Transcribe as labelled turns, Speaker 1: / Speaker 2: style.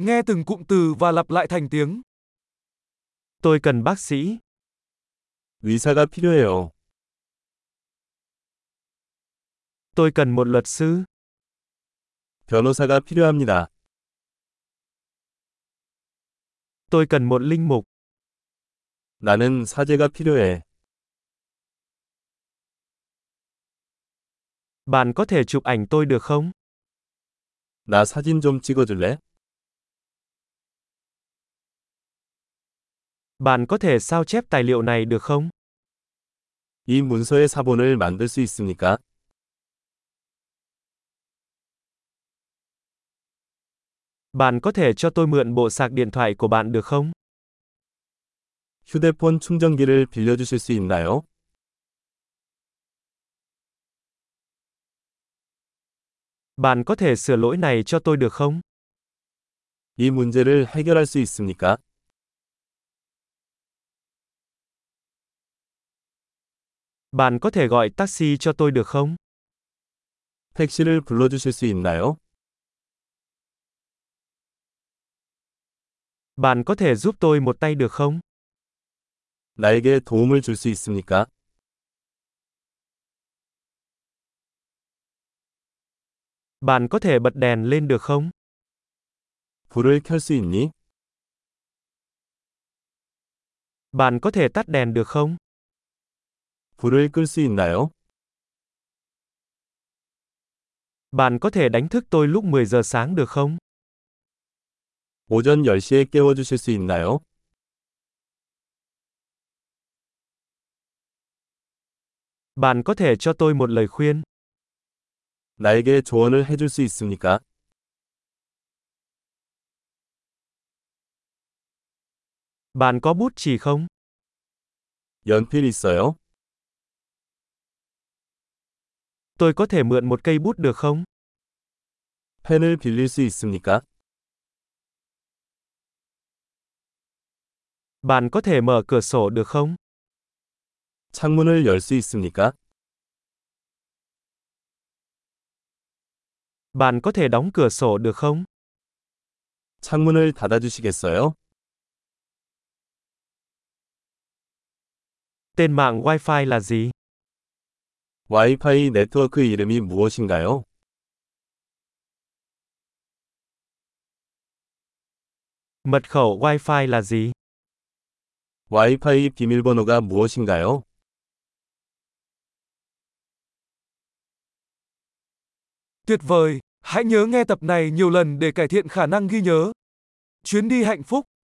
Speaker 1: Nghe từng cụm từ và lặp lại thành tiếng.
Speaker 2: Tôi cần bác sĩ.
Speaker 3: 의사가 필요해요.
Speaker 2: Tôi cần một luật sư.
Speaker 3: 변호사가 필요합니다.
Speaker 2: Tôi cần một linh mục.
Speaker 3: 나는 사제가 필요해.
Speaker 2: Bạn có thể chụp ảnh tôi được không?
Speaker 3: 나 사진 좀 찍어줄래?
Speaker 2: Bạn có thể sao chép tài liệu này được không?
Speaker 3: 이 문서의 사본을 만들 수 있습니까?
Speaker 2: Bạn có thể cho tôi mượn bộ sạc điện thoại của bạn được không?
Speaker 3: 휴대폰 충전기를 빌려주실 수 있나요?
Speaker 2: Bạn có thể sửa lỗi này cho tôi được không?
Speaker 3: 이 문제를 해결할 수 있습니까?
Speaker 2: Bạn có thể gọi taxi cho tôi được không?
Speaker 3: 택시를 불러주실 수 있나요?
Speaker 2: Bạn có thể giúp tôi một tay được không?
Speaker 3: 나에게 도움을 줄 수 있습니까?
Speaker 2: Bạn có thể bật đèn lên được không?
Speaker 3: 불을 켤 수 있니?
Speaker 2: Bạn có thể tắt đèn được không?
Speaker 3: 불을 끌 수 있나요?
Speaker 2: Bạn có thể đánh thức tôi lúc 10 giờ sáng được không?
Speaker 3: 오전 10시에 깨워주실 수 있나요?
Speaker 2: Bạn có thể cho tôi một lời khuyên.
Speaker 3: 나에게 조언을 해줄 수 있습니까?
Speaker 2: Bạn có bút chì không?
Speaker 3: 연필 있어요?
Speaker 2: Tôi có thể mượn một cây bút được không?
Speaker 3: 펜을 빌릴 수 있습니까?
Speaker 2: Bạn có thể mở cửa sổ được không?
Speaker 3: 창문을 열 수 있습니까?
Speaker 2: Bạn có thể đóng cửa sổ được không?
Speaker 3: 창문을 닫아주시겠어요?
Speaker 2: Tên mạng Wi-Fi là gì?
Speaker 3: 와이파이 네트워크 이름이 무엇인가요?
Speaker 2: Mật khẩu Wi-Fi là gì?
Speaker 3: 와이파이 비밀번호가 무엇인가요?
Speaker 1: Tuyệt vời! Hãy nhớ nghe tập này nhiều lần để cải thiện khả năng ghi nhớ. Chuyến đi hạnh phúc!